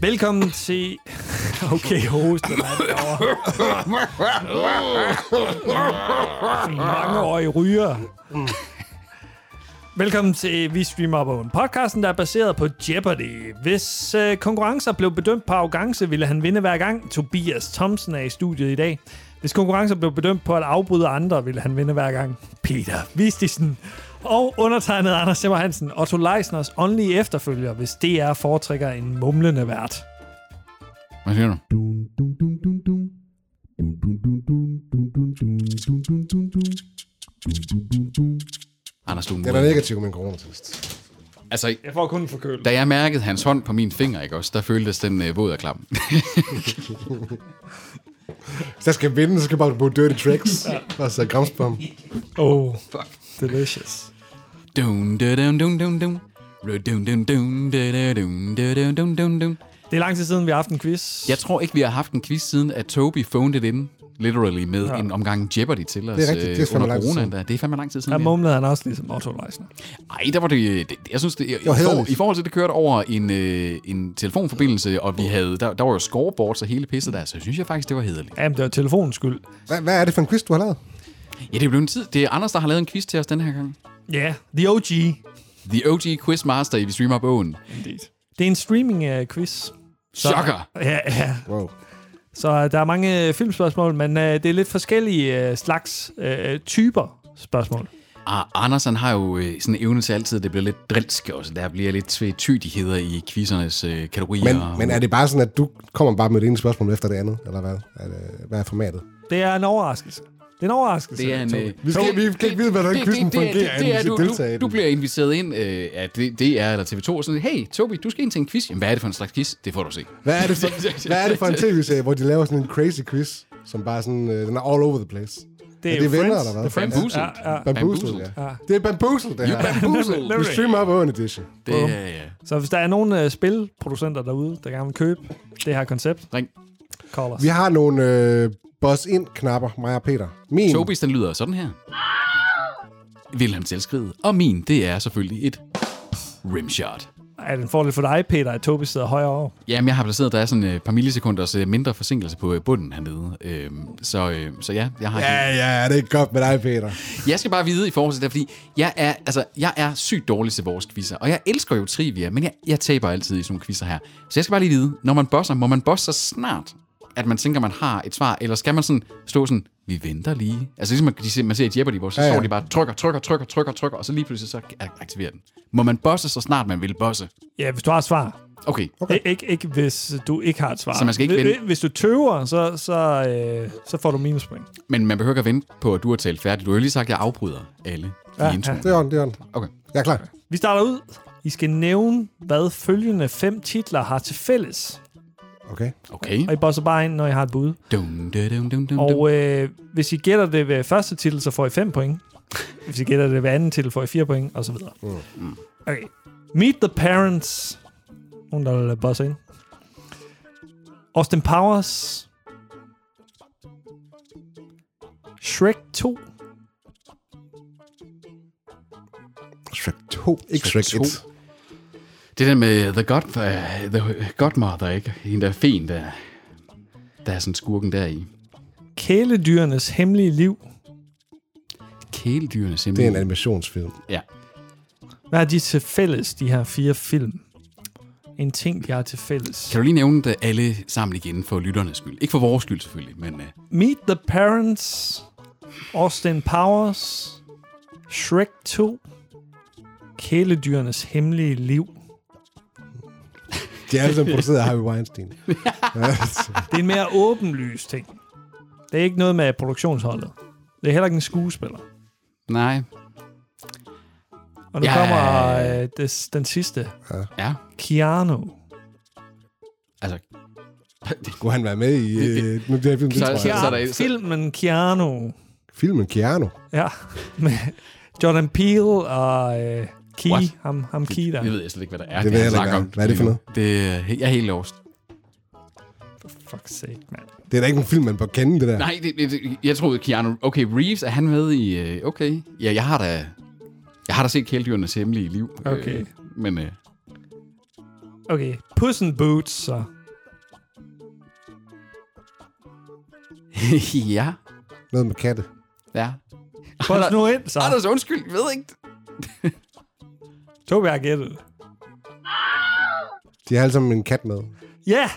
Velkommen til... Okay, hoste mand derovre. Mange år i ryger. Velkommen til Vi Streamer på podcasten, der er baseret på Jeopardy. Hvis øh, konkurrencer blev bedømt på arrogance, ville han vinde hver gang. Tobias Thomsen er i studiet i dag. Hvis konkurrencer blev bedømt på at afbryde andre, ville han vinde hver gang. Peter Vistisen og undertegnet Anders Simmer Hansen, Otto Leisners åndelige efterfølger, hvis DR foretrækker en mumlende vært. Hvad siger du? Dun, dun, dun, dun, dun. Dun, dun, dun, dun, dun, dun, dun, dun, dun, dun, dun. Dun, dun, dun, dun. Anders, du er en Den er mod- negativ, min coronatest. Altså, Jeg får kun en forkølet. da jeg mærkede hans hånd på min finger, ikke også, der føltes den øh, våd og klam. Hvis jeg skal vinde, så skal jeg bare bruge dirty tricks. Og så grams på ham. Oh, fuck. Delicious. dun, dun, dun, dun, dun, dun. Dun, dun, dun, dun, dun, dun, dun, dun, dun. Det er lang tid siden, vi har haft en quiz. Jeg tror ikke, vi har haft en quiz siden, at Toby phoned it in, literally, med ja. en omgang Jeopardy til os rigtigt. Det er øh, fandme under lang tid corona. siden. Der. Det er fandme lang tid Der siden. ja. mumlede han også ligesom Otto Leisner. Ej, der var det, det jeg synes, det, i, var for, hæderligt. i forhold til, det kørte over en, øh, en telefonforbindelse, og vi havde, der, der var jo scoreboards og hele pisset der, så synes jeg faktisk, det var hederligt. Jamen, det var telefonens skyld. Hvad, hvad er det for en quiz, du har lavet? Ja, det er blevet en tid. Det er Anders, der har lavet en quiz til os den her gang. Ja, yeah, The OG. The OG Quizmaster i Vi Streamer Bogen. Det er en streaming-quiz. Chokker! Ja, ja. Wow. Så der er mange øh, filmspørgsmål, men øh, det er lidt forskellige øh, slags øh, typer spørgsmål. Og Ah, Anders, han har jo øh, sådan en evne til altid, at det bliver lidt drilsk også. Der bliver lidt tvetydigheder i quizernes øh, kategorier. Men, og- men er det bare sådan, at du kommer bare med det ene spørgsmål efter det andet? Eller hvad? Er det, hvad er formatet? Det er en overraskelse. Det er en overraskelse. Det er en, Tobi. øh, Vi skal- Tobi, vi kan ikke vide, hvordan det- det- quizzen det- det- fungerer, det- inden det er vi skal du- du- deltage i den. Du bliver inviteret ind øh, af D- DR eller TV2, og sådan, hey, Tobi, du skal ind til en quiz. Jamen, hvad er det for en slags quiz? Det får du se. Hvad er det for, hvad er det for en tv-serie, hvor de laver sådan en crazy quiz, som bare sådan, øh, den er all over the place? det er det jo venner, Friends. eller hvad? Det er Friends. Bamboozled. Ja, ja. Bamboozled, Bamboozled. ja. Ja. Det er bamboozled, det her. You're bamboozled. Vi streamer op Owen edition. Det er, ja. Så hvis der er nogen øh, spilproducenter derude, der gerne vil købe det her koncept, Ring. call os. Vi har nogle øh, boss-ind-knapper, mig og Peter. Min, Tobis, den lyder sådan her. Vilhelm selvskrivet. Og min, det er selvfølgelig et rimshot. Er det en fordel for dig, Peter, at Tobi sidder højere over? Jamen, jeg har placeret, der er sådan et par millisekunders øh, mindre forsinkelse på øh, bunden hernede. Øhm, så, øh, så ja, jeg har... Ja, ja, det er godt med dig, Peter. Jeg skal bare vide i forhold til det, fordi jeg er, altså, jeg er sygt dårlig til vores quizzer, og jeg elsker jo trivia, men jeg, jeg taber altid i sådan nogle quizzer her. Så jeg skal bare lige vide, når man bosser, må man bosse så snart, at man tænker, man har et svar, eller skal man sådan stå sådan, vi venter lige. Altså ligesom man, de, ser- man ser i Jeopardy, hvor så Ja, ja, ja. ja. står de bare trykker, trykker, trykker, trykker, trykker, og så lige pludselig så ak- aktiverer den. Må man bosse så snart, man vil bosse? Ja, hvis du har et svar. Okay, Okay. Ikke, ikke hvis du ikke har et svar. Så man skal ikke Hvis- vente. Hvis du tøver, så, så, øh, så får du minuspoint. men man behøver ikke at vente på, at du har talt færdigt. Du har jo lige sagt, at jeg afbryder alle ja, i introen. Det er on, det er on. Okay. Jeg er klar. Vi starter ud. I skal nævne, hvad følgende fem titler har til fælles. Okay. Okay. Og I bosser bare ind, når I har et bud. Dum, dum, dum, dum, dum. Og øh, hvis I gætter det ved første titel, så får I 5 point. Hvis I gætter det ved anden titel, får I 4 point, og så videre. Okay. Meet the Parents. Nogen, der vil øh, bosse ind. Austin Powers. Shrek 2. Shrek 2. Ikke Shrek, Shrek 1. Det der med The, God, uh, the Godmother, ikke? En der er fin, der, der er sådan skurken der i. Kæledyrenes hemmelige liv. Kæledyrene Det er simpelthen. en animationsfilm. Ja. Hvad er de til fælles, de her fire film? En ting, de har til fælles. Kan du lige nævne det alle sammen igen for lytternes skyld? Ikke for vores skyld selvfølgelig, men uh, Meet the Parents, Austin Powers, Shrek 2, Kæledyrenes hemmelige liv. De er alle sammen produceret af Harvey Weinstein. Øh, Det er en mere åbenlys ting. Det er ikke noget med produktionsholdet. Det er heller ikke en skuespiller. nej. Og nu Ja. kommer øh, des, den sidste. Ja, Keanu. altså. Kunne han være med i... Øh, nu det her film, det Så- tror jeg. så- så- er der Keanu. et- Filmen Keanu. Filmen Keanu. Ja, med Jordan Peele og øh, Key. What? Ham, ham Key der. Det ved jeg slet ikke, hvad der er. Det ved han jeg snakker ikke, hvad er det for lige nu. Det, er- jeg er helt lost. For fuck's sake, mand. Det er da ikke en film, man bør kende, det der. Nej, det, det, det- jeg troede Keanu... Okay, Reeves, er han med i... øh, Okay, ja, jeg har da... Jeg har da set kæledyrenes hemmelige liv. øh, Okay. Men øh, Okay, Puss in Boots, så. ja, Noget med katte. ja. Puss nu ind, så. Anders, undskyld, jeg ved ikke. Tobi har gættet. De har alle sammen en kat med. Ja!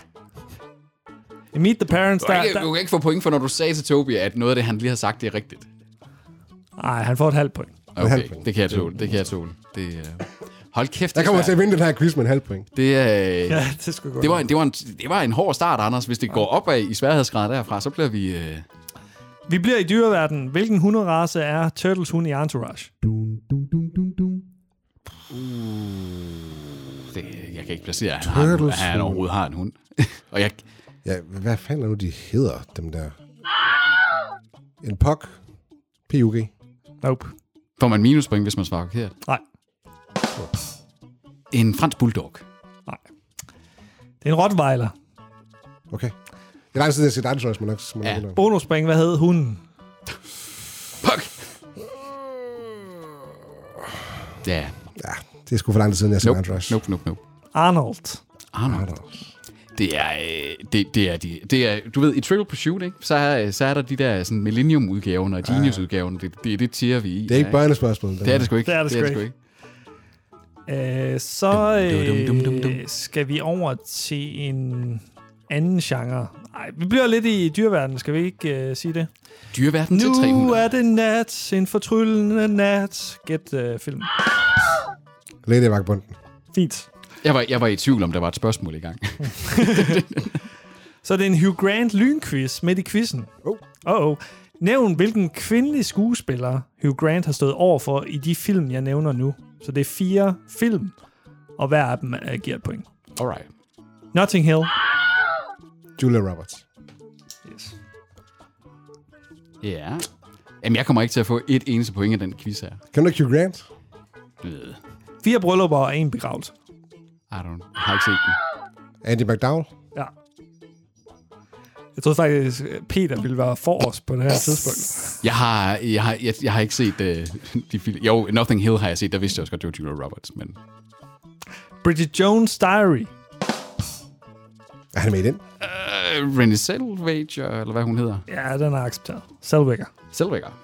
I Meet the Parents, Du kan, der... ikke, du der kan ikke få point for, når du sagde til Tobi, at noget af det, han lige har sagt, det er rigtigt. nej, han får et halvt point. Okay, det kan jeg tåle. Det kan jeg tåle. Det, øh... Hold kæft, Der det, kommer er til svært. at vinde den her quiz med en halv point. det, øh... Ja, det skulle gå. det, var, en- det, var en, det var en hård start, Anders. Hvis det går opad i sværhedsgrad derfra, så bliver vi... Øh... Vi bliver i dyreverdenen. Hvilken hunderace er Turtles hund i Entourage? dum dum dum dum dum Det, jeg kan ikke placere, at han, har en, hund, Turtles at han overhovedet har en hund. og jeg, Ja, hvad fanden er nu, de hedder, dem der? En pok. PUG. Nope. får man minuspoint, hvis man svarer forkert. Nej, En fransk bulldog. nej. Det er en Rottweiler. Okay. Det er lang tid, jeg har set Dinosaurs, men nok... må nok Ja. indrømme. Bonuspoint, hvad hed hunden? Fuck! Ja, Ja, det er sgu for lang tid siden, jeg har set nope, Dinosaurs. nope, nope, nope. Arnold. Arnold. Ah, Det er, øh, det, det er, de, det er, du ved, i Trivial Pursuit, ikke? Så, er, så er der de der sådan Millennium-udgaven og Genius-udgaven. Det, det, det tier vi i. Det er ikke børnespørgsmål. Det er det sgu ikke. Det er det sgu ikke. Øh, så Dum, dum, dum, dum, dum. øh, skal vi over til en anden genre. Nej, vi bliver lidt i dyreverdenen, skal vi ikke øh, sige det? Dyreverden til Nu 300. er det nat, en fortryllende nat. Gæt øh, film. Lady Vagbunden. Fint. Jeg var, jeg var i tvivl, om der var et spørgsmål i gang. Så er det en Hugh Grant lynquiz midt i quizzen. Oh. Uh -oh. Nævn, hvilken kvindelig skuespiller Hugh Grant har stået over for i de film, jeg nævner nu. Så det er fire film, og hver af dem øh, giver et point. Alright. Notting Hill. Julia Roberts. Yes. Ja. Yeah. Jamen, jeg kommer ikke til at få et eneste point af den quiz her. Kan du ikke Hugh Grant? Øh, Fire bryllupper og en begravelse. I don't jeg har ikke set den. Andy McDowell? Ja. Jeg troede faktisk, Peter ville være forrest på det her tidspunkt. Jeg har, jeg har, jeg, jeg har ikke set øh, de film. Jo, Nothing Hill har jeg set. Der vidste jeg også godt, det var Julia Roberts. Men Bridget Jones' Diary. Er han med i den? øh, Renée Zellweger, eller hvad hun hedder. Ja, den er accepteret. Selvvækker. Zellweger.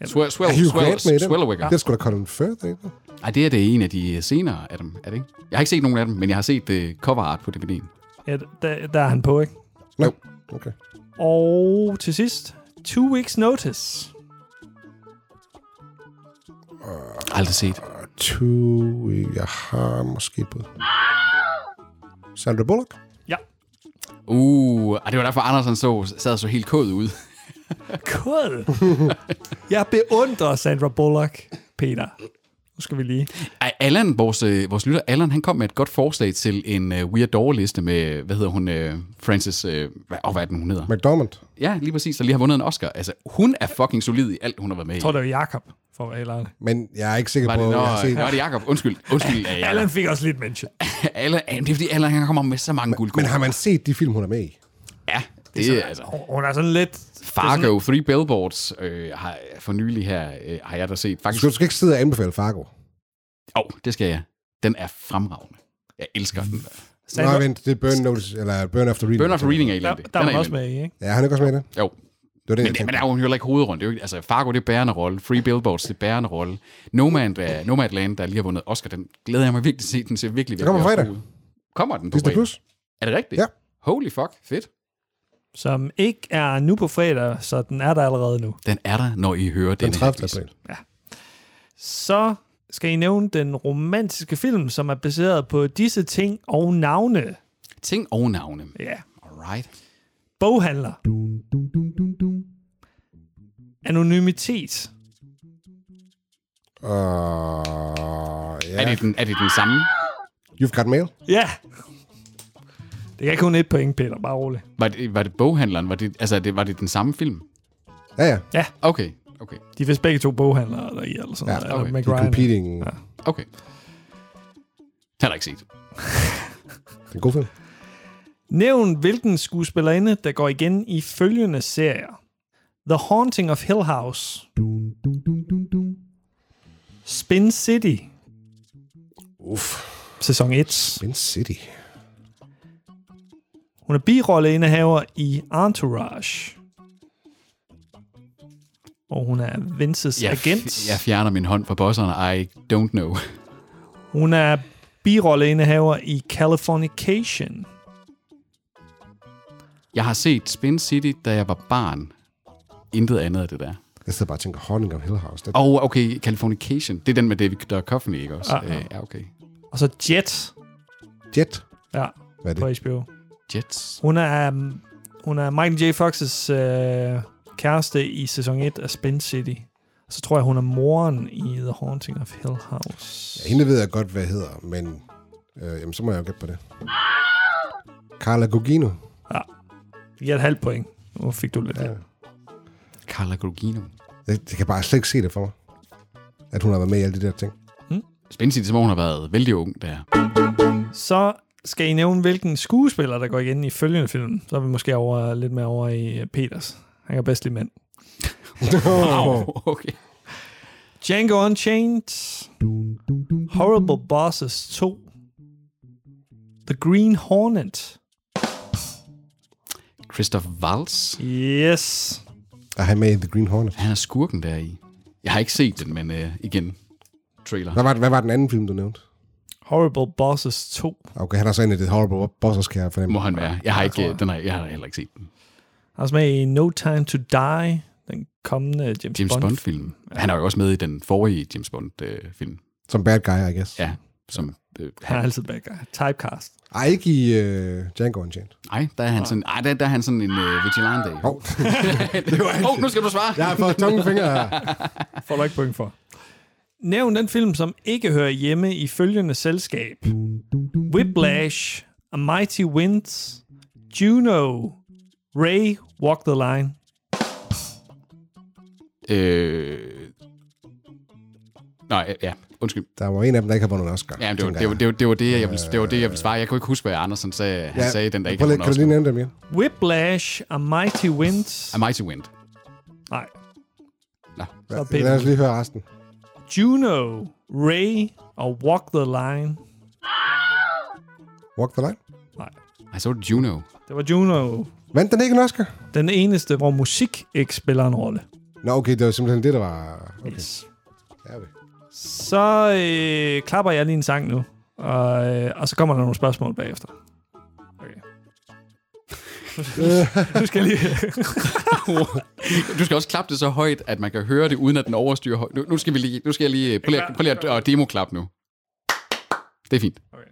Ja. Swell, swell, Er Hugh Grant med i den? Swellweger. Det skulle da Colin Firth, ikke? Ej, det er det en af de øh, senere af dem, er det ikke? Jeg har ikke set nogen af dem, men jeg har set uh, cover art på DVD'en. Ja, der, der er han på, ikke? No. Okay. Og til sidst, Two Weeks Notice. Aldrig set. Two... Jeg har måske på... Sandra Bullock? Ja. Uh, og det var derfor, Andersen så, sad så helt kod ud. Cool. Jeg beundrer Sandra Bullock, Peter. Nu skal vi lige. Ej, Allan, vores, øh, vores lytter, Allan, han kom med et godt forslag til en uh, Weird Door liste med, hvad hedder hun, uh, Frances, uh, hvad, oh, hvad er den, hun hedder? McDormand? Ja, lige præcis, der lige har vundet en Oscar. Altså, hun er fucking solid i alt, hun har været med i. Jeg tror, det var Jakob for at være helt ærlig. Men jeg er ikke sikker Var på, det, jeg har nå, set... var det Jacob? Undskyld, undskyld. øh, Allan. Allan fik også lidt mention. Allan, det er fordi, Allan han kommer med så mange guldkorn. Men har man set de film, hun er med i? Ja, det er altså... Hun er sådan lidt... Fargo, Three Billboards, øh, har for nylig her, øh, har jeg da set. Altså, Du Faktisk, skal, du skal ikke sidde og anbefale Fargo. åh, oh, det skal jeg. Den er fremragende. Jeg elsker den. Nå, Sandra, vent, det er Burn, Notice, eller Burn After Reading. Burn After Reading er der, elendig. der er Den hun også elendig. med i, ikke? Ja, han er ikke også med i det. Jo, Det var men, det, jeg det, men tænkte. der er hun jo heller ikke hovedrollen. Det er jo ikke, altså, Fargo, det er bærende rolle. Free Billboards, det er bærende rolle. Nomad, uh, Nomadland, der lige har vundet Oscar, den glæder jeg mig virkelig til at se. Den ser virkelig, virkelig kommer også fredag. god ud. Kommer den på Disney fredag? Plus? Er det rigtigt? Ja. Holy fuck, fedt. Som ikke er nu på fredag, så den er der allerede nu. Den er der, når I hører Den den. 30. april. så skal I nævne den romantiske film, som er baseret på disse ting og navne. Ting og navne. Ja. Alright. Boghandler. dum dum dum dum dum Anonymitet. Og... Ja. Ja. Er, det den, er det den samme? You've Got Mail? Ja. Det kan kun et point, Peter. Bare rolig. Var det, var det boghandleren? Var det, altså, er det, var det den samme film? Ja, ja. Okay, okay, De er vist begge to boghandlere der i, eller sådan Ja, noget. okay. Eller De er McRyan. competing. Ja. okay. Den har jeg ikke set. Det er en god film. Nævn hvilken skuespillerinde, der går igen i følgende serier. The Haunting of Hill House. dum dum dum dum dum Spin City. Uff. sæson 1. Spin City. Hun er birolleindehaver i Entourage. Og hun er Vinces Jeg, f- agent. jeg fjerner min hånd fra bosserne. I don't know. Hun er birolleindehaver i Californication. Jeg har set Spin City, da jeg var barn. Intet andet af det der. Jeg sidder bare og tænker, Haunting of Hill House. Det, Og oh, okay, Californication. Det er den med David Duchovny, ikke også? Ah, ah. Øh, ja, okay. Og så Jet. Jet. Ja, Hvad er det? på HBO. Jets. Hun er, um, hun er Michael J. Fox's øh, kæreste i sæson 1 af Spin City. Og så tror jeg, hun er moren i The Haunting of Hill House. Ja, hende ved jeg godt, hvad jeg hedder, men øh, jamen, så må jeg jo gætte på det. Carla Gugino. Det giver et halvt point. Nu fik du lidt. Ja. Ja. Carla Gugino. Jeg, jeg kan bare slet ikke se det for mig. At hun har været med i alle de der ting. Spin City, som om hun har været vældig ung der. Så skal I nævne, hvilken skuespiller, der går igen i følgende film. Så er vi måske over, lidt mere over i øh, Peters. Han kan bedst lide mænd. Wow, okay. Django Unchained. dun, dun, dun, dun, Horrible Bosses 2. The Green Hornet. Christoph Waltz. Yes. Og han er med i The Green Hornet. Han er skurken der i. Jeg har ikke set den, men øh, igen. Trailer. Hvad var, hvad var den anden film, du nævnte? Horrible Bosses 2. Okay, han er så en af det horrible bosses, kan jeg fornemme. Må han være. Jeg har, ikke, tror øh, den har, jeg har heller ikke set den. Han er også med i No Time to Die. Den kommende James, James Bond. Bond-film. Han er jo også med i den forrige James Bond-film. Som bad guy, I guess. ja, som... Øh, Han er han, altid bad guy. Typecast. Ej, ikke i øh, Django Unchained. ej, der er han sådan, ej, der, der er han sådan en øh, vigilante. Åh, Hov. oh, nu skal du svare. jeg har fået tunge fingre her. Får du ikke point for. Nævn den film, som ikke hører hjemme i følgende selskab. dun, dun, dun, Whiplash. A Mighty Winds. Juno. Ray. Walk the Line. Øh, nej, ja, undskyld. Der var en af dem, der ikke har vundet en Oscar. Ja, det var tænker det, var, jeg. det, var, det, var det, jeg ville, det var det, jeg ville svare. Jeg kunne ikke huske, hvad Andersen sagde. Han sagde den, der ikke Øh. havde prøv lige- Kan du lige nogen nævne dem igen? Whiplash. A Mighty Winds. Am I to win? Nej. Nå. Så er Ja, Lad os Peter. lige høre resten. Juno, Ray og Walk the Line. Walk the Line. Nej, I saw Juno. det var Juno. Vandt den ikke en Oscar? Den eneste, hvor musik ikke spiller en rolle. Nå, okay, det var simpelthen det, der var... Okay. Yes. Ja, okay. Så øh, klapper jeg lige en sang nu, og, øh, og så kommer der nogle spørgsmål bagefter. Okay. nu skal jeg lige... Du skal også klappe det så højt, at man kan høre det, uden at den overstyrer højt. Nu, nu skal vi lige... Nu skal jeg lige... Prøv lige, at- prøv lige at og demo-klap nu. Det er fint. Okay.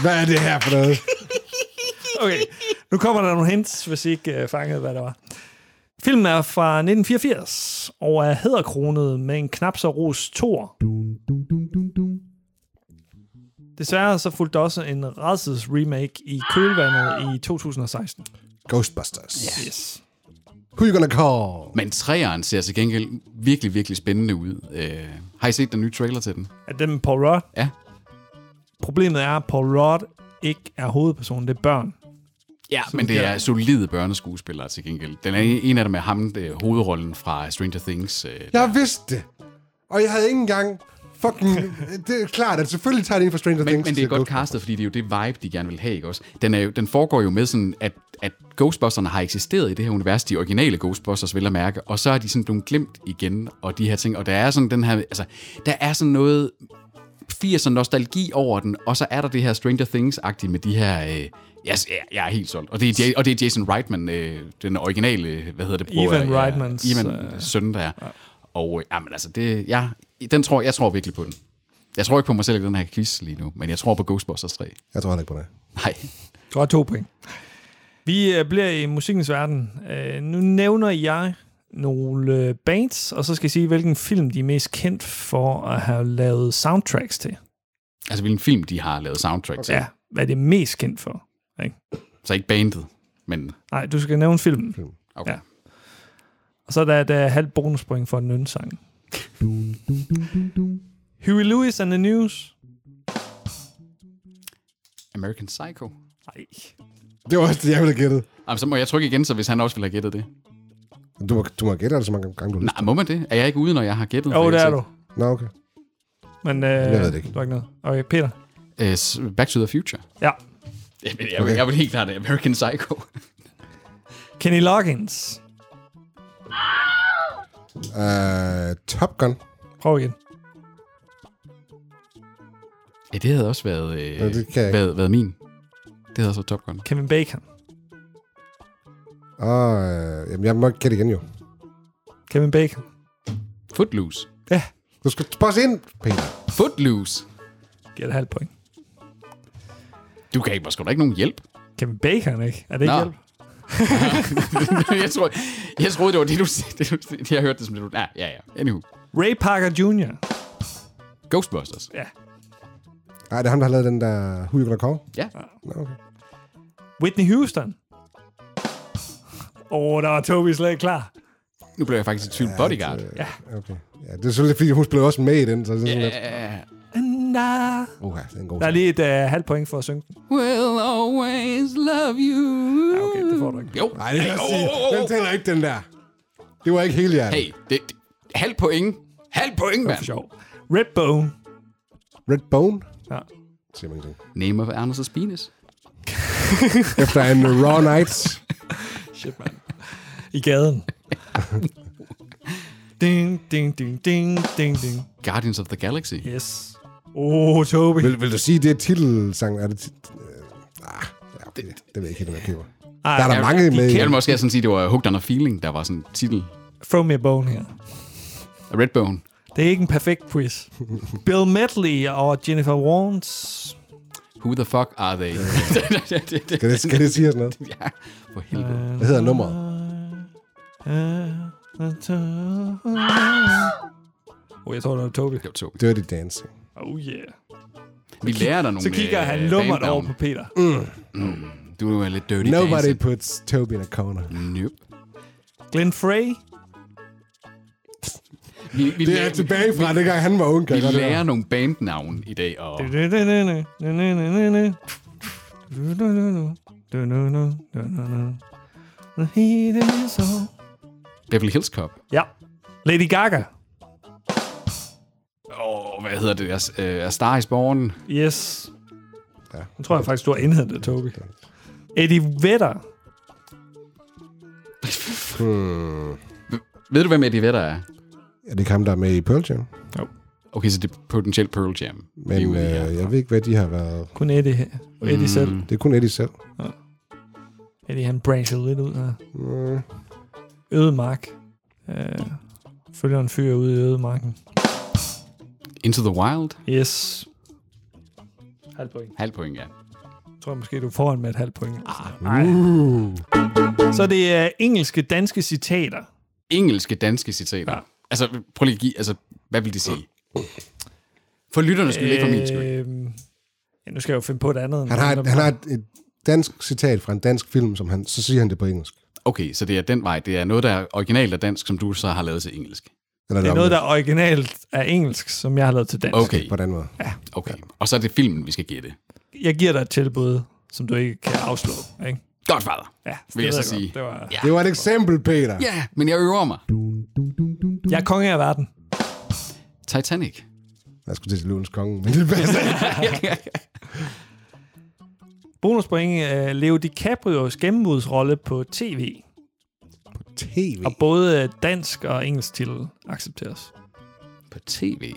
Hvad er det her for noget? okay, nu kommer der nogle hints, hvis I ikke øh, fangede, hvad der var. Filmen er fra 1984, og er hedderkronet med en knap så ros tor dun, dun, dun, dun, dun. Desværre så fulgte der også en Radsels remake i kølvandet i 2016. Ghostbusters. Yeah. Yes. Who you gonna call? Men træeren ser til gengæld virkelig, virkelig spændende ud. Øh, har I set den nye trailer til den? Er det med Paul Rudd? Ja. Problemet er, at Paul Rudd ikke er hovedpersonen, det er børn. Ja, men det er solide børneskuespillere til gengæld. Den er en- en af dem er ham, det er hovedrollen fra Stranger Things. Øh, Jeg vidste det. Og jeg havde ikke engang fucking... Det er klart, at selvfølgelig tager det ind for Stranger Men, Things. men det er til godt Ghostbusters. castet, fordi det er jo det vibe, de gerne vil have, ikke også? Den, er jo, den foregår jo med sådan, at, at Ghostbusterne har eksisteret i det her univers, de originale Ghostbusters, vil at mærke, og så er de sådan blevet glemt igen, og de her ting, og der er sådan den her, altså, der er sådan noget 80'er nostalgi over den, og så er der det her Stranger Things-agtigt med de her, øh, jeg, jeg er helt solgt, og det er, Ja- og det er Jason Reitman, øh, den originale, hvad hedder det? Evan ja, Reitmans, Evan øh, søn der. Ja. Og øh, jamen, altså, det, ja, den tror, jeg tror virkelig på den. Jeg tror ikke på mig selv i den her quiz lige nu, men jeg tror på Ghostbusters 3. Jeg tror heller ikke på det. Nej. Du har to point. Vi øh, bliver i musikkens verden. Øh, nu nævner jeg nogle øh, bands, og så skal jeg sige, hvilken film de er mest kendt for at have lavet soundtracks til. Altså, hvilken film de har lavet soundtrack okay. til. Ja, hvad er det mest kendt for? Så ikke bandet, men Nej, du skal nævne filmen. okay. Ja. Og så er der, der er halvt bonuspoint for en nynnsang. Dun, dun, dun, dun, dun. Huey Lewis and the News. American Psycho. Nej. Det var også det, jeg ville have gættet. Jamen, så må jeg trykke igen, så hvis han også ville have gættet det. Du må, du må gætte det så mange gange, du har lyst. Nej, må man det? Er jeg ikke ude, når jeg har gættet? Jo, For oh, det er eksempel- du. Nå, okay. Men øh, jeg ved det ikke. Du har ikke noget. Okay, Peter. Øh, s- Back to the Future. Ja. Jamen, jeg, okay. jeg vil helt klart American Psycho. Kenny Loggins. Uh, Top Gun. Prøv igen. Ja, det havde også været, øh, Ja, det kan jeg ikke. været, været min. Det havde også været Top Gun. Kevin Bacon. Og, øh, jamen, jeg må ikke gætte igen, jo. Kevin Bacon. Footloose. Ja, Du skal passe ind, Peter. Footloose. giver et halvt point. Du kan ikke, måske da ikke nogen hjælp. Kevin Bacon, ikke? Er det ikke Nå. hjælp? jeg, tror, jeg troede, det var det, du sagde. Det, du- det, jeg hørte det som det, du... Ja, ja, ja. Anywho. Ray Parker Jr. Ghostbusters. Ja. Nej, det er ham, der har lavet den der Who You Gonna Call. Ja. Nå, okay. Whitney Houston. Åh, oh, der var Toby slet ikke klar. Nu blev jeg faktisk i tvivl. Bodyguard. Ja. okay. Ja, det er selvfølgelig, fordi hun spiller også med i den, så det er sådan lidt... Yeah. Na. Uha, det er en god Der er sang. lige et uh, halvt point for at synge den. Will always love you. Ja, okay, det får du ikke. Jo. Nej, det kan jeg Hey, sige. oh, oh, oh. Den tæller ikke, den der. Det var ikke hele hjertet. Hey, det, det, halv point. Halv point, mand. Sjov. Redbone. Red Bone. Ja. Siger man ingenting. Name of Anders' penis. Efter en Raw Night. Shit, man. I gaden. ding, ding, ding, ding, ding, ding. Guardians of the Galaxy. Yes. Åh, oh, Toby. Vil, vil du sige, det er titelsang? Er det tit... øh, Ah, ja, okay. det, det ved jeg ikke helt, hvad jeg køber. Ej, Der er der mange med. Jeg vil måske sådan sige, det var Hooked on a Feeling, der var sådan titel. Throw me a bone her. Redbone. Det er ikke en perfekt quiz. Bill Medley og Jennifer Warnes. Who the fuck are they? det, det, det, Kan det, kan det sige sådan noget? ja, for helvede. Hvad hedder nummeret? Åh, oh, jeg tror, det var Toby. Det var Tobi. Dirty Dancing. Oh yeah. Vi lærer dig nogle Så kigger øh, han lummert bandnavne. over på Peter. Du er lidt dirty Nobody dancing. puts Toby in a corner. Nope. Glenn Frey. Vi, vi, Det er lærer, tilbage fra, dengang han var ung. kan vi jeg godt høre. lærer nogle bandnavne i dag. Og The heat is on. Beverly Hills Cop. Ja. Lady Gaga. Åh, oh, hvad hedder det? Er, øh, er Star is Born? Yes. Ja. Nu tror jeg faktisk, du har indhentet det, Toby. Eddie Vedder. Hmm. Ved du, hvem Eddie Vedder er? Er det ikke ham, der er med i Pearl Jam? Okay, så det er potentielt Pearl Jam. Men vi er ude i øh, her. jeg ved ikke, hvad de har været. Kun Eddie her. Og Eddie mm. selv. Det er kun Eddie selv. Eddie, han branchede lidt ud her. Mm. Ødemark. Øh, følger en fyr ude i ødemarken. Into the Wild? Yes. Halv point. Halv point, ja. Jeg tror måske, du er foran med et halvt point. Ah, Uh. Så det er engelske, danske citater. engelske danske citater. Ja. Altså, prøv lige at give, altså, hvad vil de sige? For lytterne skyld, øh... ikke for min skyld. Øhm, ja, nu skal jeg jo finde på et andet. end Han har, dem, et, der- han har et, et dansk citat fra en dansk film, som han, så siger han det på engelsk. Okay, så det er den vej. Det er noget, der er originalt og dansk, som du så har lavet til engelsk. Eller Det er noget, der omvendt. originalt er engelsk, som jeg har lavet til dansk. Okay, På den måde. okay. Og så er det filmen, vi skal gætte. Jeg giver dig et tilbud, som du ikke kan afslå. Ikke? Godfather. Ja, Vil ved jeg så godt. sige. Det var... Ja. Det var et eksempel, Peter. Ja, yeah, men jeg øver mig. Dun, dun, dun, dun, dun. Jeg er konge af verden. Titanic. Jeg skulle til at sige Løvens Konge, men det passer ikke. Bonuspoint uh, Leo DiCaprios gennembrudsrolle på tv. På tv. Og både øh, dansk og engelsk titel accepteres. På tv.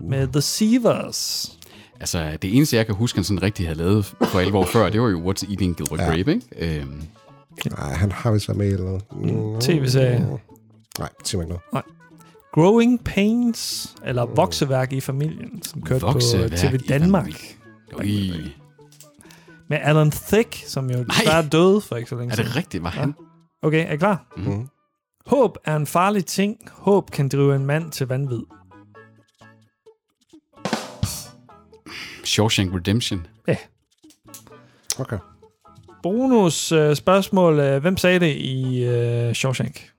Uh. Med The Seavers. Altså, det eneste, jeg kan huske, han sådan rigtig havde lavet for 11 år før, det var jo What's Eating Gilbert ja. Grape, ikke? Øhm, Nej, han har vist været med i eller noget. Mm. TV-serie. Nej, det siger mig ikke noget. Growing Pains, eller Vokseværk i familien, som kørte Vokseværk på i TV Danmark. Ui. Med Alan Thicke, som jo desværre døde for ikke så længe Er siden. det rigtigt, var han? Okay, er I klar? Mm. Håb er en farlig ting. Håb kan drive en mand til vanvid. Shawshank Redemption. Ja. Okay. Bonus øh, spørgsmål. Øh, hvem sagde det i øh, Shawshank?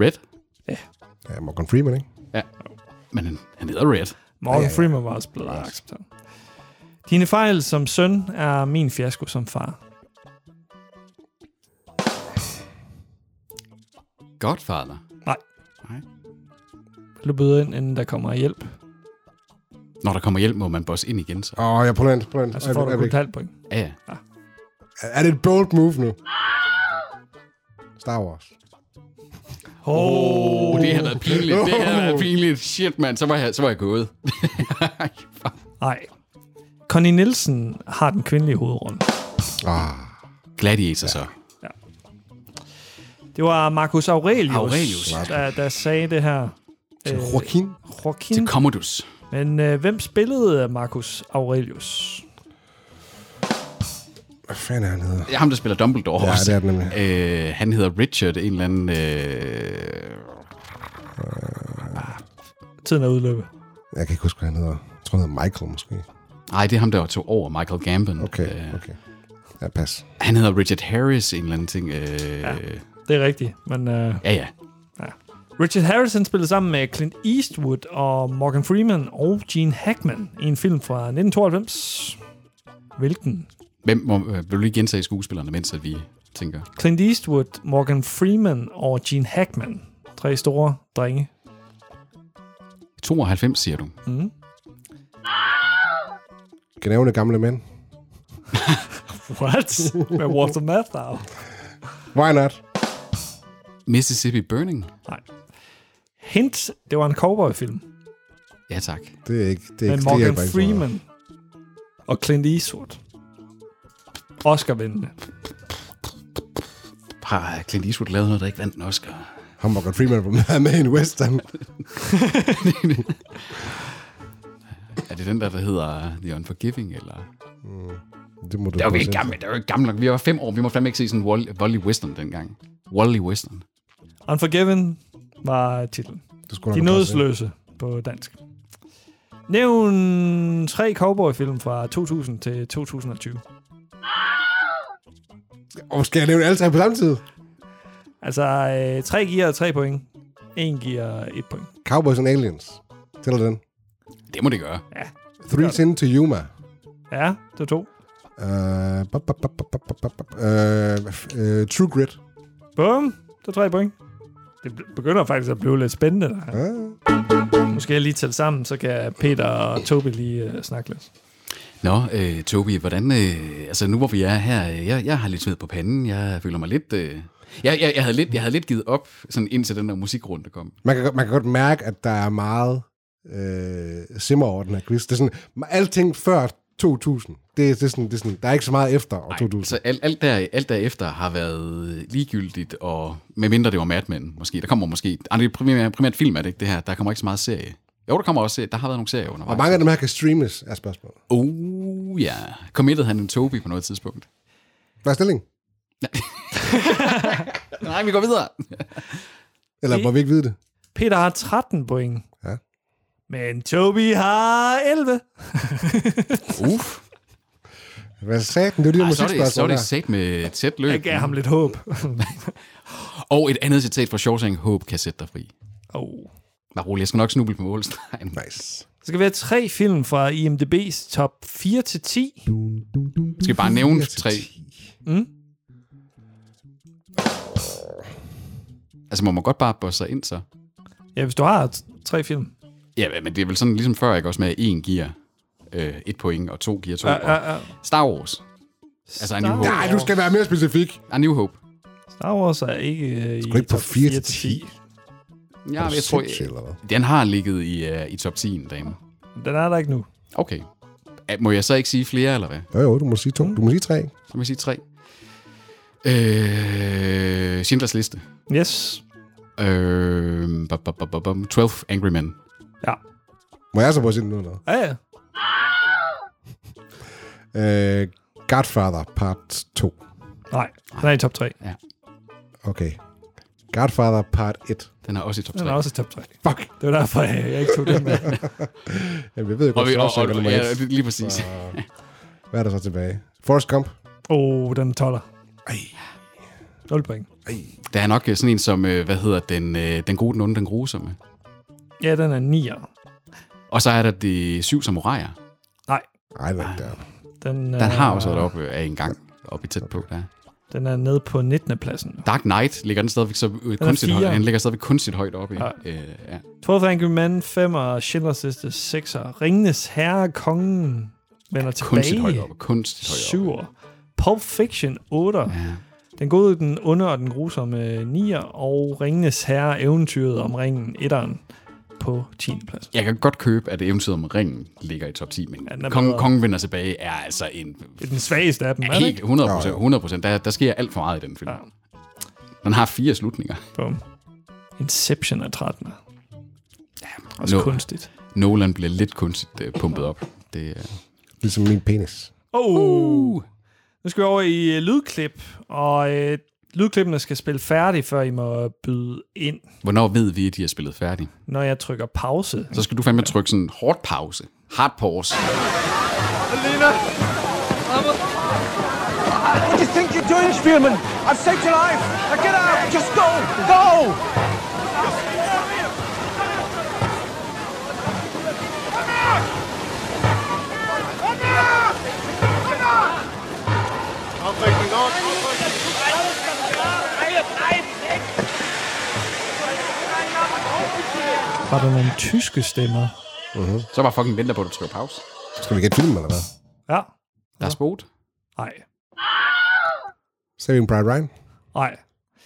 Red? Ja, Morgan Freeman, ikke? Ja. Men han, han hedder Red. Morgan Ja, ja, ja, ja. ja. Freeman var også blevet accepteret. Dine fejl som søn er min fiasko som far. Godfather. Nej. Nej. Du byder ind, inden der kommer hjælp. Når der kommer hjælp, må man bosse ind igen, så. Åh, oh, jeg er på land, på land. Altså får du kun et halvt point. Ja, ja. Er det et bold move nu? Star Wars. Oh. Oh, det har været pinligt. Det har været pinligt. Shit, mand. Så var jeg, så var jeg gået. Ej, fuck. Nej. Connie Nielsen har den kvindelige hovedrolle. Ah. Øh. Gladiator så. Det var Marcus Aurelius, Aurelius. Der, der sagde det her. Øh, Joaquin? Joaquin. Til Mm. Commodus. Men øh, hvem spillede Marcus Aurelius? Hvad fanden er han hedder? Det er ham, der spiller Dumbledore Ja, også. det er det nemlig. Øh, han hedder Richard, en eller anden... Øh... Tiden er udløbet. Jeg kan ikke huske, hvad han hedder. Jeg tror, han hedder Michael måske. Ej, det er ham, der tog over Michael Gambon. Okay, Øh, okay. Ja, pas. han hedder Richard Harris, en eller anden ting. Øh... Ja. Det er rigtigt. Men øh, ja, ja. Richard Harrison spillede sammen med Clint Eastwood og Morgan Freeman og Gene Hackman i en film fra 1992. Hvilken? Hvem må, øh, vil du lige gentage skuespillerne, mens at vi tænker? Clint Eastwood, Morgan Freeman og Gene Hackman. Tre store drenge. 92, siger du. Mm. Gnævne gamle mænd. What? Med Walter Matthau? Why not? Mississippi Burning? Nej. Hint, det var en cowboyfilm Ja, tak. Det er ikke... Det med er ikke, det Morgan hjælper ikke så meget. Freeman og Clint Eastwood. Oscar-vindende. Har Clint Eastwood lavet noget, der ikke vandt en Oscar? Ham Morgan Freeman var med i en western. Er det den der, der hedder The Unforgiving, eller? Det må du Det var vi prøve ikke at se. gamle, det var vi ikke gamle nok. Vi var fem år, vi må fandme ikke se sådan en wall- volley western dengang. Wally western. Unforgiven var titlen. Det skulle De nok prøve at se. nådesløse på dansk. Nævn tre cowboyfilm fra 2000 til 2020. Og skal jeg nævne alle tre på samme tid? Altså, øh, tre giver tre point. En giver et point. Cowboys and Aliens. Tæller den. Det må det gøre. Three Sin to Yuma. Ja, det var to. Øh, bop, bop, bop, bop, bop, bop, bop. Øh, øh, True Grit. Bum, det var tre point. Det be- begynder faktisk at blive lidt spændende. Der. her. Ah. Nu skal jeg lige tælle sammen, så kan Peter og Tobi lige øh, snakke lidt. Nå, øh, Tobi, hvordan, øh, altså nu hvor vi er her, øh, jeg, jeg har lidt sved på panden, jeg føler mig lidt, øh, jeg, jeg, jeg, havde lidt, jeg havde lidt givet op, sådan indtil den der musikrunde der kom. Man kan, godt- man kan godt mærke, at der er meget øh, simmer over den her quiz. Det er sådan, alting før 2000, det, er- det, er sådan, det er sådan, der er ikke så meget efter år 2000. Så alt, Altså, alt, der, alt derefter har været ligegyldigt, og medmindre det var Mad Men, måske. Der kommer måske, ah, det er primært, primært film, er det ikke det her? Der kommer ikke så meget serie. Jo, der kommer også serie. Der har været nogle serier Og undervejs. mange af dem her kan streames, er spørgsmålet. Oh ja. Committed han en Tobi på noget tidspunkt? Hvad er stilling? Nej, vi går videre. Eller må vi ikke vide det? Peter har 13 point. Ja. Men Tobi har 11. Uff. Hvad sagde den? Det er jo de her Ej, så er det, så er musikspørgsmål det der. sat med et tæt Jeg løb. gav ham lidt håb. Og et andet citat fra Shawshank, Hope kan sætte dig fri. oh. Bare rolig, jeg skal nok snuble på målstregen. Nice. Så skal vi have tre film fra IMDb's top 4 til 10. Skal vi bare nævne Fire til tre? ti. Mm? Altså, må man godt bare bosse sig ind, så? Ja, hvis du har t- tre film. Ja, men det er vel sådan ligesom før, ikke også med, at en giver øh, et point, og to giver to. Ja, og ja, ja. Star Wars. Altså, A New Hope. Nej, du skal være mere specifik. A New Hope. Star Wars er ikke øh, i Skal du ikke på top 4 til 10? Ja, Er du jeg tror, sindssyg, eller hvad? den har ligget i, uh, i top 10, dame. Den er der ikke nu. Okay. Ah, Må jeg så ikke sige flere, eller hvad? Jo, jo, du må sige to. Du må sige tre. Så må jeg sige tre. Øh, Schindlers Liste. Yes. Øh, bum, bum, bum, bum, bum. 12 Angry Men. Ja. Må jeg så prøve at sige den nu? eller hvad? Ja, ja. Øh, Godfather Part 2. Nej, den er i top 3. Okay. Godfather Part 1. Den er også i top 3. Den er også i top 3. Fuck. Det var derfor, jeg, jeg ikke tog den med. Jamen, jeg ved jo og, godt, vi, og, Shawshank er og, nummer ja, et. lige præcis. Hvad er der så tilbage? Forrest Gump. Åh, oh, den er 12'er. Ej. 0 point. Der er nok øh, sådan en som, øh, hvad hedder den, øh, den gode, den onde, den grusomme. Ja, den er 9'er. Og så er der de syv samuraier. Nej. Ej, hvad der. Den, øh, øh, Den har også været oppe af en gang, oppe i tæt på der. Den er nede på 19. pladsen. Dark Knight ligger den stadigvæk så øh, kunstigt højt. fire. Han ligger stadigvæk kunstigt højt oppe i. Ja. Øh, ja. 12 Angry Men, 5 og Schindlers List 6. Ringenes Herre, Kongen vender Kunstigt højt tilbage. oppe. Kunstigt højt oppe. 7. Pulp Fiction 8. Ja. Den gode, den onde og den grusomme 9. Og Ringenes Herre, Eventyret om ringen 1'eren på 10. plads. Jeg kan godt købe, at eventyret om ringen ligger i top 10, men den er Kong, bedre. Kongen vender tilbage er altså en Det er den svageste af dem, er det helt ikke? 100 procent. 100 procent. Der, der sker alt for meget i den film. Ja. Den har fire slutninger. Bum. Inception er 13. Også Nå. kunstigt. Nolan bliver lidt kunstigt øh, pumpet op. Det, øh. Ligesom min penis. Uh! Oh. Nu skal vi over i øh, lydklip, og øh, lydklippene skal spille færdig, før I må byde ind, Hvornår ved vi, at de har spillet færdigt? når jeg trykker pause. Så skal du fandme trykke sådan hårdt pause. Hard pause. What do you think you're doing, Spielman? I've saved your life. Now get out. Just go. Go. Var der nogle tyske stemmer? Så bare fucking venter på, at du trykker pause. Skal vi ikke have film, eller hvad? Ja. Der er spot. Nej. Saving Pride Ryan. Nej.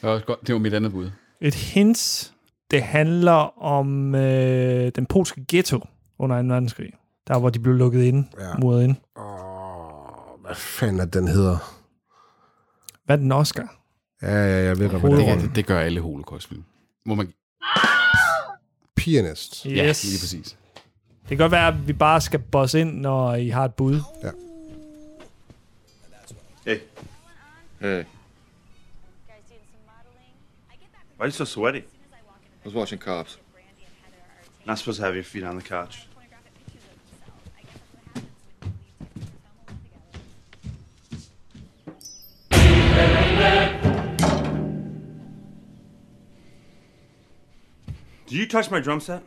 Det var, godt. det var mit andet bud. Et hints, det handler om øh, den polske ghetto under 2. verdenskrig. Der, hvor de blev lukket ind, ja. Ja. muret ind. Hvad fanden er den hedder? Hvad er den Oscar? Ja, ja, jeg ved godt, hvad det Hovedrollen. er. Det, det gør alle holocaustfilm. Må man... Pianist. Yes. Ja, lige præcis. Det kan godt være, at vi bare skal bosse ind, når I har et bud. Hey. Hey. Why are you so sweaty? I was watching cops. Not supposed to have your feet on the couch. Did you touch my drum set?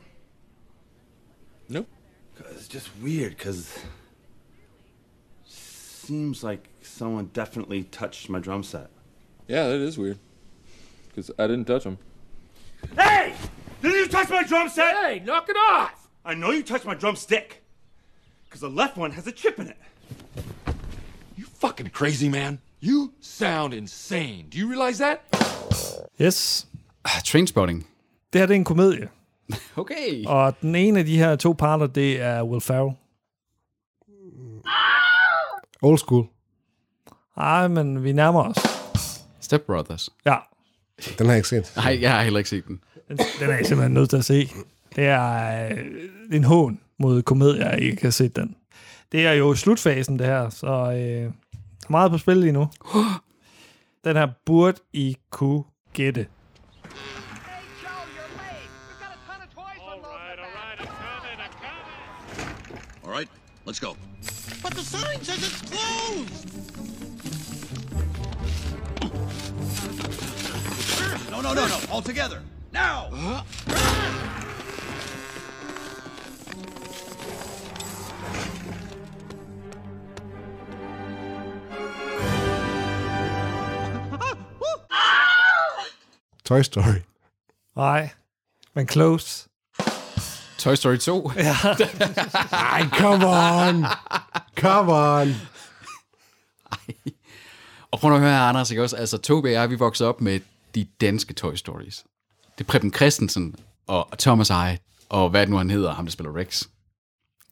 Nope. It's just weird, cause seems like someone definitely touched my drum set. Yeah, that is weird. Because I didn't touch him. Hey! Did you touch my drum set? Hey, knock it off! I know you touched my drumstick, because the left one has a chip in it. You fucking crazy, man. You sound insane. Do you realize that? Yes. Ah, Trainspotting. Det her det er en komedie, Okay. og den ene af de her to parter, det er Will Ferrell. Old school. Ej, men vi nærmer os. Step Brothers. Ja, Den har jeg ikke set. Nej, jeg har heller ikke set den. den, den er I simpelthen nødt til at se. Det er øh, en hån mod komedier, at I ikke har set den. Det er jo slutfasen, det her, så øh, der er meget på spil lige nu. Den her burde I kunne gætte. Hey, Joe, you're late. We've got a ton of toys all right, all right. All right, let's go. But the sign says it's closed! No, no, no, no. All together. Now! Toy Story. Nej, men close. Toy Story 2. Ej, come on. Come on. Og prøv nu at høre her, Anders, ikke også? Altså, Tobi og jeg, vi voksede op med de danske Toy Stories. Det er Preben Christensen og Thomas Eje, og hvad er det nu han hedder, ham der spiller Rex.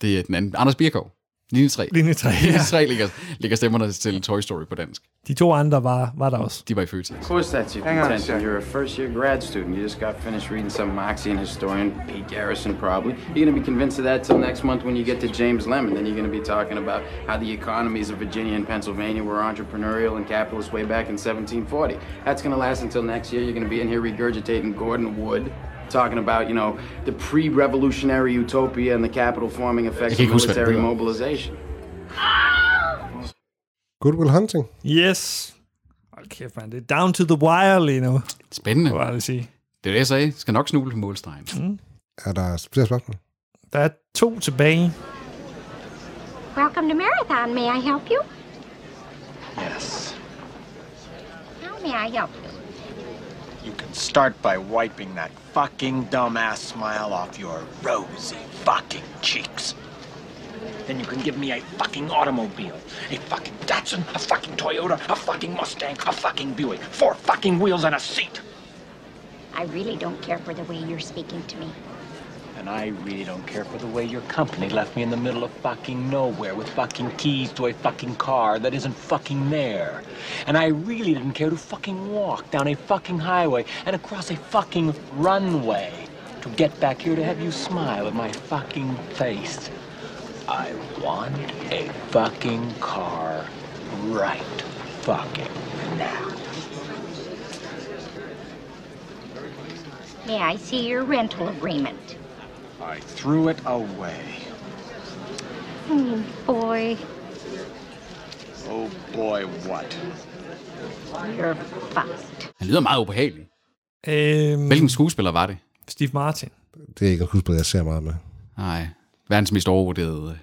Det er den anden. Anders Birkov. Linje 3. Linje 3. Linje 3 ligger, ligger stemmerne til Toy Story på dansk. De to andre var, var der også. De var i Føtex. Of course that's your contention. You're a first-year grad student. You just got finished reading some Moxian historian, Pete Garrison probably. You're gonna be convinced of that till next month when you get to James Lemon. Then you're gonna be talking about how the economies of Virginia and Pennsylvania were entrepreneurial and capitalist way back in 1740. That's gonna last until next year. You're gonna be in here regurgitating Gordon Wood. Talking about, you know, the pre-revolutionary utopia and the capital forming effects Okay, of who's- military mobilization. Good Will Hunting. Yes. Hold kæft, man. Det er down to the wire lige nu, Spændende. var det at sige. Det er det, jeg sagde. Skal nok snuble på målstregen. Er der flere spørgsmål? Der er to tilbage. Welcome to Marathon. May I help you? Yes. May I help you? You can start by wiping that fucking dumbass smile off your rosy fucking cheeks. Then you can give me a fucking automobile. A fucking Datsun, a fucking Toyota, a fucking Mustang, a fucking Buick. Four fucking wheels and a seat. I really don't care for the way you're speaking to me. And I really don't care for the way your company left me in the middle of fucking nowhere with fucking keys to a fucking car that isn't fucking there. And I really didn't care to fucking walk down a fucking highway and across a fucking runway to get back here to have you smile at my fucking face. I want a fucking car right fucking now. May I see your rental agreement? I threw it away. Oh, boy. Oh boy, what? You're fucked. Han lyder meget ubehagelig. Øhm, Hvilken skuespiller var det? Steve Martin. Det er ikke en skuespiller, jeg ser meget med. Nej, verdens mest overvurderede.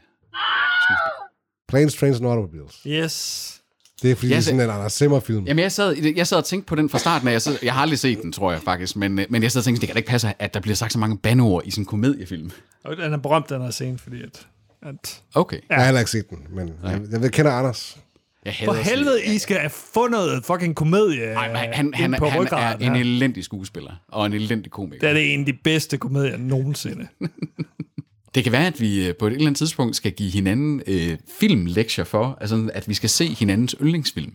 Planes, Trains and Automobiles. Yes. Det er fordi, Ja, ja, det er så- sådan en Anders Zimmer-film. Jamen, jeg sad, jeg sad og tænkte på den fra starten af. Jeg, sad, jeg har aldrig set den, tror jeg faktisk. Men, øh, men jeg sad og tænkte, det kan da ikke passe, at der bliver sagt så mange banord i sådan en komediefilm. Og den er berømt, den her scene, fordi at... at Okay. Jeg har heller ikke set den, men jeg, jeg, ved- kender Anders. Jeg for hader at se helvede, I skal have få noget fucking komedie Nej, men han, han, ind på han er ryggraden en her. elendig skuespiller og en elendig komiker. Det er det en af de bedste komedier nogensinde. Det kan være, at vi øh, på et eller andet tidspunkt skal give hinanden øh, filmlektier for, altså at vi skal se hinandens yndlingsfilm.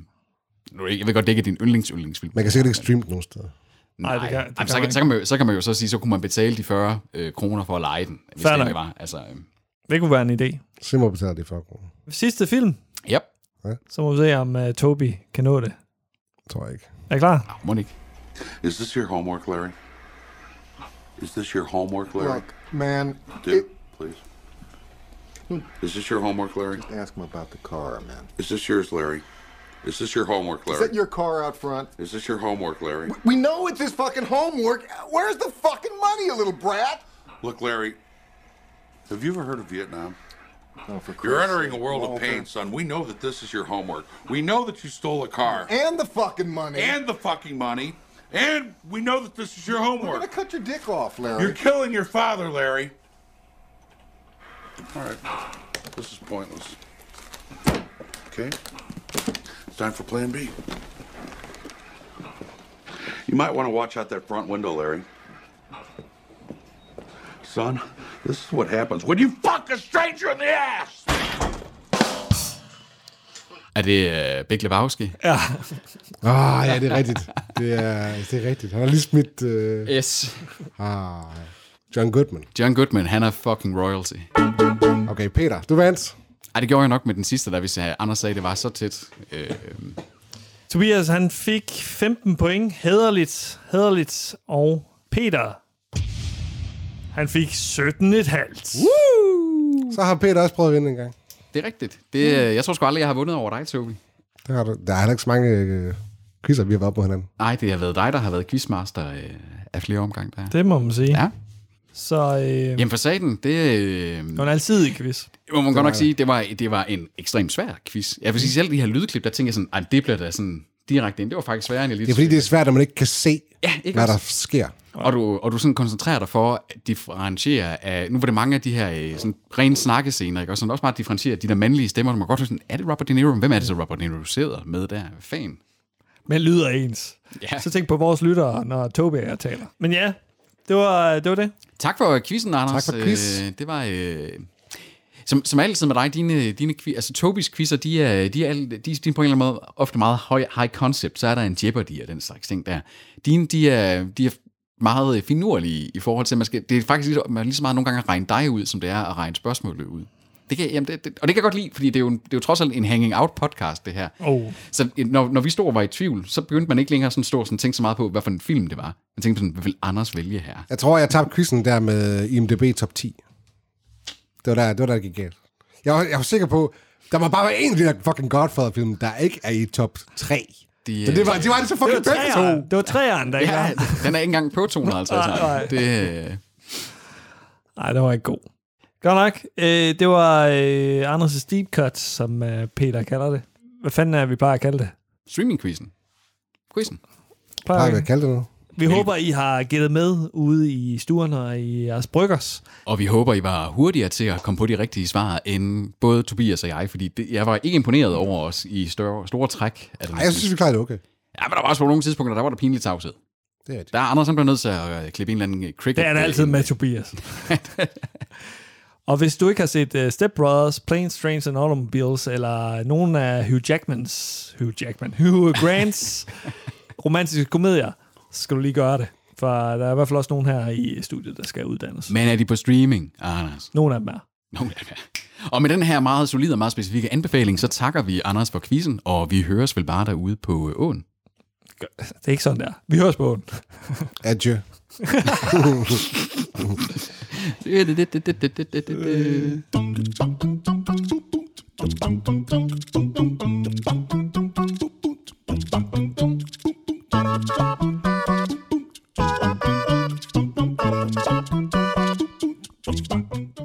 Nu, Jeg ved godt, det ikke er din yndlings yndlingsfilm. Man kan sikkert ikke streame den nogen steder. Nej, det kan, det Jamen, kan så, man kan, ikke. så, kan man, jo- så kan man jo så sige, så kunne man betale de 40 øh, kroner for at lege den, hvis Fair det nok. egentlig var. Altså, øh, Det kunne være en idé. Zimmer betaler de 40 kroner. Sidste film, yep. så må vi se, om uh, Toby kan nå det. Tror jeg ikke. Er I klar? Nå, må det ikke. Is this your homework, Larry? Is this your homework, Larry? Look, man, Do, please. Is this your homework, Larry? ask him about the car, man. Is this yours, Larry? Is this your homework, Is Larry? that your car out front? Is this your homework, Larry? We know it's his fucking homework. Where's the fucking money, you little brat? Look, Larry, have you ever heard of Vietnam? Oh, for You're Christ's entering a sake, world of Walter. pain, son. We know that this is your homework. We know that you stole a car And the fucking money. and the fucking money, and we know that this is your We're gonna homework. cut your dick off, Larry. You're killing your father, Larry. All right. This is pointless. Okay? It's time for plan B. You might want to watch out that front window, Larry. Son, this is what happens when you fuck a stranger in the ass! Er det øh, Big Lebowski? Ja. Ah, ja, det er rigtigt. Det er, det er rigtigt. Han har lige smidt... Øh, Yes. ah, John Goodman. John Goodman, han er fucking royalty. Okay, Peter, du vandt. Ej, det gjorde jeg nok med den sidste, der hvis jeg, Anders sagde, det var så tæt. Øh, øh, Tobias, han fik 15 point. Hederligt, hederligt. Og Peter, han fik 17,5. Så har Peter også prøvet at vinde en gang. det er rigtigt. Det, øh, jeg tror sgu aldrig, jeg har vundet over dig, Tobi. Der, har du, der er heller ikke så mange øh, quizzer, vi har været på hinanden. Nej, det har været dig, der har været quizmaster øh, af flere omgang. Der. Det må man sige. Ja. Så øh, Jamen for satan, det... Øh, det var en alsidig quiz. må man godt nok sige, det var, det var en ekstremt svær quiz. Jeg vil sige, selv de her lydklip, der tænker jeg sådan, "Ej, det bliver da sådan direkte ind. Det var faktisk sværere, end jeg lige Det er fordi, det er svært, at man ikke kan se, Ja, ikke hvad også? der sker. Og du, og du sådan koncentrerer dig for at differentiere af... Nu var det mange af de her øh, sådan rene snakkescener, ikke? Og sådan også meget differentiere de der mandlige stemmer. Du må godt høre sådan, er det Robert De Niro? Hvem er det så, Robert De Niro sidder med der? Hvad fanden? Men lyder ens. Ja. Så tænk på vores lyttere, når Toby og jeg taler. Men ja, det var det. Var det. Tak for quizzen, Anders. Tak for quiz. Øh, det var... Øh, som, som altid med dig, dine, dine quiz, altså Tobis quizzer, de er, de, er, al- de, de er på en eller anden måde ofte meget høj, high concept, så er der en jeopardy og den slags ting der. Dine, de er, de er meget øh, finurlige i forhold til, at man skal, det er faktisk lige, man er lige så meget nogle gange at regne dig ud, som det er at regne spørgsmålet ud. Det kan, jamen det, det, og det kan jeg godt lide, fordi det er, jo, en- det er jo trods alt en hanging out podcast, det her. Oh. Så øh, når, når vi stod og var i tvivl, så begyndte man ikke længere sådan at stå og sådan, tænke så meget på, hvad for en film det var. Man tænkte sådan, hvad vil Anders vælge her? Jeg tror, jeg tabte quizzen der med IMDB top 10. Det var der, det, var der, det gik galt. Jeg var, jeg var sikker på, der var bare en af de der fucking Godfather-film, der ikke er i top 3. De, Så det var, øh, de var så Det var fucking begge to. træeren, det var træeren der ikke Ja, var. den er ikke engang på 250. Nej, nej. nej. Det, øh, Nej, det var ikke god. Godt nok. Øh, det var øh, Anders' deep cut, som øh, Peter kalder det. Hvad fanden er det, vi plejer at kalde det? streamingquizzen. Quizzen. Plejer vi at kalde det noget? Vi håber, I har gættet med ude i stuerne og i jeres bryggers. Og vi håber, I var hurtigere til at komme på de rigtige svar, end både Tobias og jeg, fordi det, jeg var ikke imponeret over os i større, store træk. Nej, jeg synes, vi klarede det okay. Ja, men der var også på nogle tidspunkter, der var der pinlig tavshed. Det er det. Der er andre, som bliver nødt til at øh, klippe en eller anden øh, cricket. Det er det altid med Tobias. og hvis du ikke har set uh, Step Brothers, Planes, Trains and Automobiles, eller nogen af Hugh Jackmans, Hugh Jackman, Hugh Grants romantiske komedier, så skal du lige gøre det. For der er i hvert fald også nogen her i studiet, der skal uddannes. Men er de på streaming, Anders? Nogle af dem er. Nogle af dem er. Og med den her meget solide og meget specifikke anbefaling, så takker vi Anders for quizzen, og vi høres vel bare derude på øh, åen. Det er ikke sådan der. Vi høres på åen. Adieu. Thank you.